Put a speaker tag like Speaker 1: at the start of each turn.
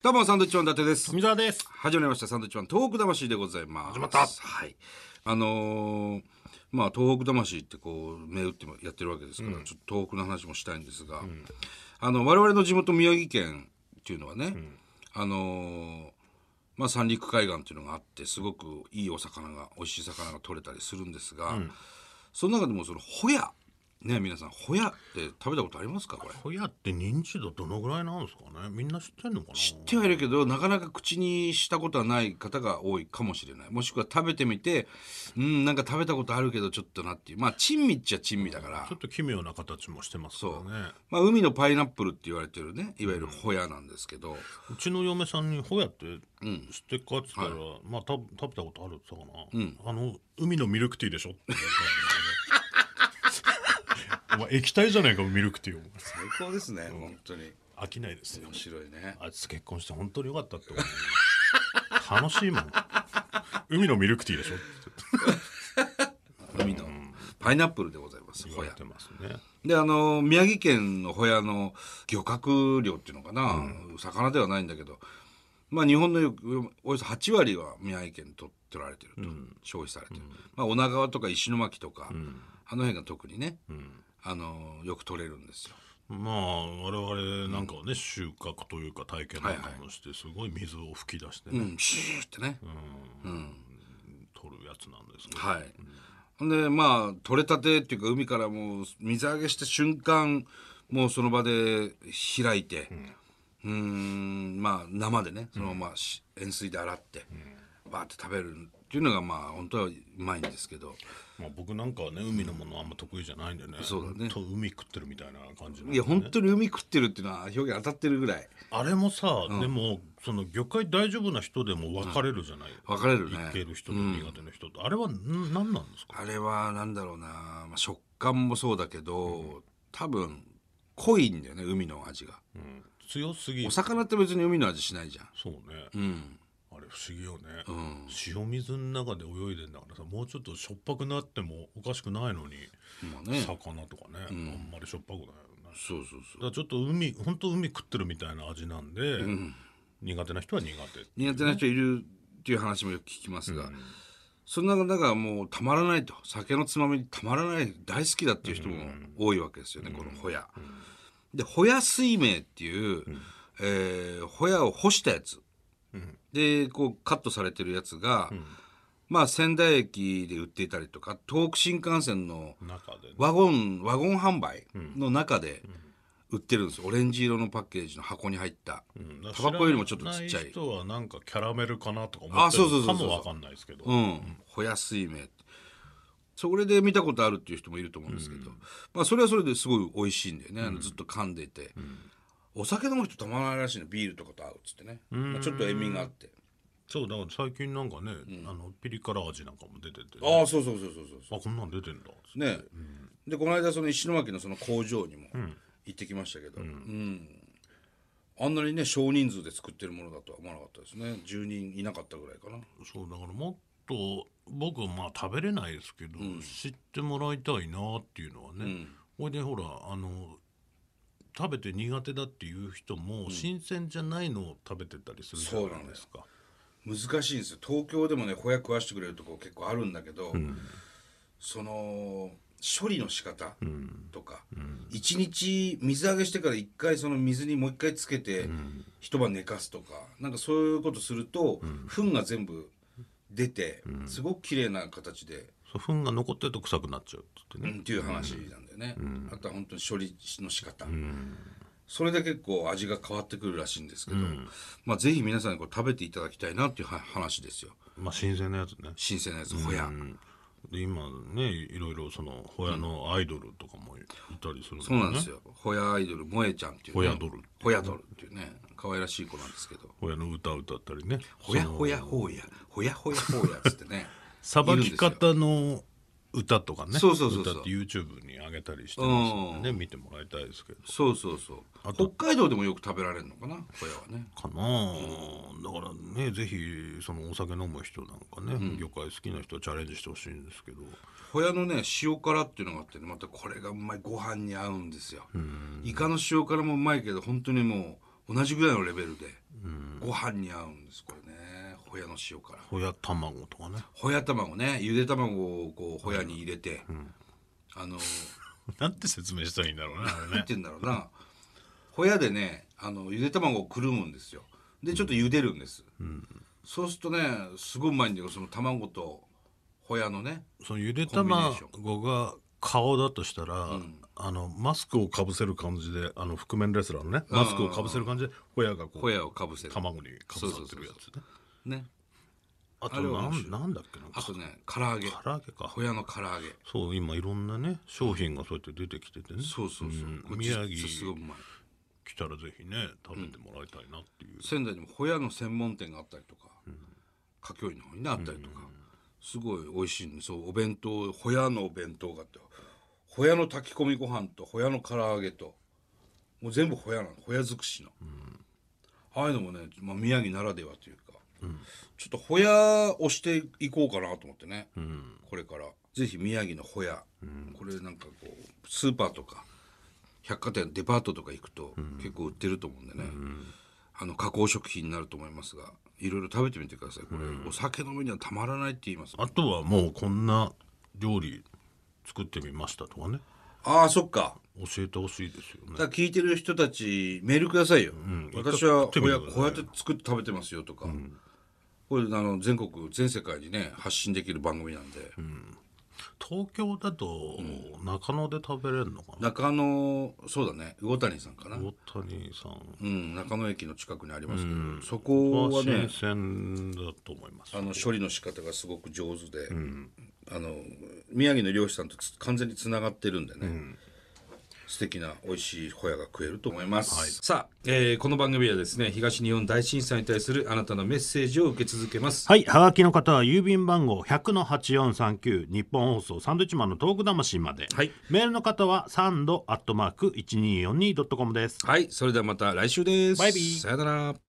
Speaker 1: どうも、サンドウィッチマン伊達です。
Speaker 2: 富澤です。
Speaker 1: 始まりました、サンドウィッチマン、東北魂でございます。
Speaker 2: 始まった
Speaker 1: はい。あのーまあ、東北魂ってこう、銘打ってもやってるわけですから、ちょっと東北の話もしたいんですが、あの、我々の地元宮城県っていうのはね、あのーまあ、三陸海岸っていうのがあって、すごくいいお魚が、美味しい魚が取れたりするんですが、その中でもその、ホヤ。ね、皆さん、ホヤって食べたことありますかこれ。
Speaker 2: ホヤって認知度どのぐらいなんですかね。みんな知ってんのかな。
Speaker 1: 知ってはいるけどなかなか口にしたことはない方が多いかもしれないもしくは食べてみてうんなんか食べたことあるけどちょっとなっていうまあ珍味っちゃ珍味だから
Speaker 2: ちょっと奇妙な形もしてますからね。
Speaker 1: まあ、海のパイナップルって言われてるねいわゆるホヤなんですけど、
Speaker 2: うちの嫁さんにホヤって知ってっかって言ったら、まあた食べたことあるって言ったかな。あの海のミルクティーでしょって言われたんだよねお前液体じゃないかミルクティーを
Speaker 1: 最高ですね、本当に
Speaker 2: 飽きないですよ
Speaker 1: 面白いね
Speaker 2: あいつ結婚して本当によかったって思う楽しい もん海のミルクティーでしょって
Speaker 1: 海のパイナップルでございます
Speaker 2: 言
Speaker 1: ホ
Speaker 2: われ
Speaker 1: ヤ
Speaker 2: てますね
Speaker 1: であの宮城県のホヤの漁獲量っていうのかな、魚ではないんだけど、まあ、日本のよおよそ8割は宮城県と取られてると、消費されてる、まあ、女川とか石巻とか、あの辺が特にね、あのよく取れるんですよ。
Speaker 2: まあ我々なんかはね、収穫というか体験なんかもしてすごい水を吹き出してね、
Speaker 1: うん、シューってね、
Speaker 2: 取るやつなんですけど、
Speaker 1: はい。ほんでまあ取れたてっていうか海からもう水揚げした瞬間もうその場で開いて、うーんまあ生でねそのままし塩水で洗って、バーって食べるっていうのがまあ本当はうまいんですけど
Speaker 2: まあ、僕なんかはね海のものあんま得意じゃないんでね
Speaker 1: そうだね
Speaker 2: ほんと海食ってるみたいな感じなんで
Speaker 1: いや本当に海食ってるっていうのは表現当たってるぐらい
Speaker 2: あれもさ、でもその魚介大丈夫な人でも分かれるじゃない、
Speaker 1: 分かれる
Speaker 2: いけ
Speaker 1: ね
Speaker 2: る人と苦手な人と、あれはん何なんですか
Speaker 1: あれはなんだろうな、まあ、食感もそうだけど、多分濃いんだよね海の味が
Speaker 2: 強すぎ
Speaker 1: お魚って別に海の味しないじゃん
Speaker 2: そうね、
Speaker 1: うん
Speaker 2: あれ不思議よね、塩水の中で泳いでんだからさもうちょっとしょっぱくなってもおかしくないのに、
Speaker 1: まあね
Speaker 2: 魚とかね、あんまりしょっぱくないよね
Speaker 1: そうそうそう
Speaker 2: だからちょっと海本当海食ってるみたいな味なんで、苦手な人は苦手
Speaker 1: 苦手な人いるっていう話もよく聞きますが、その中だからもうたまらないと酒のつまみにたまらない大好きだっていう人も多いわけですよね、このホヤ。でホヤ水明っていう、えーホヤを干したやつ、でこうカットされてるやつが、まあ仙台駅で売っていたりとか東北新幹線の
Speaker 2: 中でね
Speaker 1: ワゴンワゴン販売の中で売ってるんですよオレンジ色のパッケージの箱に入った、
Speaker 2: うんだ
Speaker 1: タ
Speaker 2: から
Speaker 1: バコよりもちょっとちっちゃ
Speaker 2: 知らない人はなんかキャラメルかなとか思
Speaker 1: あ
Speaker 2: って
Speaker 1: そうそう
Speaker 2: る
Speaker 1: そうそ
Speaker 2: か
Speaker 1: う
Speaker 2: もわかんないですけど、
Speaker 1: うん、ホヤ水明ってそれで見たことあるっていう人もいると思うんですけど、まあ、それはそれですごい美味しいんだよね、あのずっと噛んでいて、お酒飲む人たまらないらしいのビールとかと合うっつってね、まあ、ちょっと塩味があって
Speaker 2: そうだから最近なんかね、あのピリ辛味なんかも出てて、
Speaker 1: ああそうそうそうそうそうそ
Speaker 2: あこんなん出てんだ
Speaker 1: うね、でこの間その石巻のその工場にも行ってきましたけど、うんあんなにね少人数で作ってるものだとは思わなかったですね10人いなかったぐらいかな
Speaker 2: そうだからもっと僕はまあ食べれないですけど、知ってもらいたいなっていうのはね、ほいでほらあの食べて苦手だっていう人も新鮮じゃないのを食べてたりするじゃないですか、
Speaker 1: 難しいんですよ東京でもねホヤ食わしてくれるとこ結構あるんだけど、その処理の仕方とか、一1日水揚げしてから1回その水にもう1回つけて、一晩寝かすとかなんかそういうことすると、糞が全部出て、すごく綺麗な形で、
Speaker 2: そう糞が残ってると臭くなっちゃうって言って
Speaker 1: う
Speaker 2: ね、
Speaker 1: んっていう話なんだよね、あとは本当に処理の仕方、それで結構味が変わってくるらしいんですけど、まあぜひ皆さんにこれ食べていただきたいなっていうは話ですよ
Speaker 2: まあ新鮮なやつね
Speaker 1: 新鮮なやつホヤ。
Speaker 2: で今ねいろいろそのホヤのアイドルとかもいたりするんで
Speaker 1: そうなんです
Speaker 2: よ
Speaker 1: よ。ホヤアイドル、萌えちゃんっていう、ね。
Speaker 2: ホヤドル。
Speaker 1: ホヤドルっていうね、可愛らしい子なんですけど。
Speaker 2: ホヤの歌歌ったりね
Speaker 1: ほやほやほや、ほやほやほやっつってね。
Speaker 2: さば
Speaker 1: いるんです
Speaker 2: き
Speaker 1: よ
Speaker 2: 方の歌とかね
Speaker 1: そうそうそうそう
Speaker 2: 歌って YouTube に上げたりしてますんでね見てもらいたいですけど
Speaker 1: そうそうそう。北海道でもよく食べられるのかな、ホヤはね。
Speaker 2: かなあだからねぜひそのお酒飲む人なんかね、魚介好きな人はチャレンジしてほしいんですけど
Speaker 1: ホヤのね、塩辛っていうのがあってね、またこれがうまい、ご飯に合うんですよ。イカの塩辛もうまいけど、本当にもう同じぐらいのレベルで。ご飯に合うんですこれねホヤの塩辛
Speaker 2: ほや卵 とかね
Speaker 1: ホヤ卵ねゆで卵をこうホヤに入れて、あの
Speaker 2: なんて説明したらいいんだろうねあれ
Speaker 1: なん
Speaker 2: ね
Speaker 1: て言うんだろうなホヤでねあのゆで卵をくるむんですよでちょっと茹でるんです、そうするとねすごいうまいんだよその卵とホヤのね
Speaker 2: そのゆで
Speaker 1: コンビネーシ
Speaker 2: 卵が顔だとしたら、あのマスクをかぶせる感じであの覆面レスラーのねマスクをかぶせる感じでホヤがこ
Speaker 1: ホ
Speaker 2: う
Speaker 1: ヤをかぶせる
Speaker 2: 卵にかぶさってるやつね
Speaker 1: ね
Speaker 2: あ
Speaker 1: あ
Speaker 2: と
Speaker 1: れは
Speaker 2: な
Speaker 1: 面白
Speaker 2: んなんだっけな
Speaker 1: あとね唐揚げ
Speaker 2: 唐揚げか
Speaker 1: ホヤの唐揚げ
Speaker 2: そう今いろんなね商品がそうやって出てきててね
Speaker 1: そうそうそう、
Speaker 2: ん
Speaker 1: これ
Speaker 2: 宮城
Speaker 1: 実はすごいうまい
Speaker 2: 来たらぜひね食べてもらいたいなっていう、
Speaker 1: 仙台にもホヤの専門店があったりとか華僑院の方にねあったりとか、すごい美味しいんでそうお弁当ホヤのお弁当があってホヤの炊き込みご飯とホヤの唐揚げともう全部ホヤなのホヤ尽くしの、ああいうのもね、まあ、宮城ならではというか、ちょっとホヤをしていこうかなと思ってね、これからぜひ宮城のホヤ、これなんかこうスーパーとか百貨店デパートとか行くと結構売ってると思うんでね、あの加工食品になると思いますがいろいろ食べてみてくださいこれ、お酒飲むにはたまらないって言いますあ
Speaker 2: あとはもうこんな料理作ってみましたとかね
Speaker 1: あーそっか
Speaker 2: 教えてほしいですよね
Speaker 1: だから聞いてる人たちメールくださいよ、私は
Speaker 2: 一回食って
Speaker 1: こ
Speaker 2: み
Speaker 1: う
Speaker 2: て
Speaker 1: や
Speaker 2: ください
Speaker 1: こうやって作って食べてますよとか、これあの全国全世界にね発信できる番組なんで、
Speaker 2: 東京だと中野で食べれるのかな、
Speaker 1: 中野そうだね魚谷さんかな、うん
Speaker 2: 大谷さん
Speaker 1: 中野駅の近くにありますけど、そこは
Speaker 2: は
Speaker 1: ね
Speaker 2: 新鮮だと思います
Speaker 1: あの処理の仕方がすごく上手で、あの宮城の漁師さんとつ完全につながってるんでね、素敵な美味しいホヤが食えると思います、
Speaker 3: さあ、えーこの番組はですね東日本大震災に対するあなたのメッセージを受け続けます
Speaker 2: はいはがきの方は郵便番号100-8439日本放送サンドイッチマンのトーク魂まで、
Speaker 1: はい
Speaker 2: メールの方はサンドアットマーク 1242.com です
Speaker 3: はいそれではまた来週です
Speaker 2: バイビー
Speaker 3: さよなら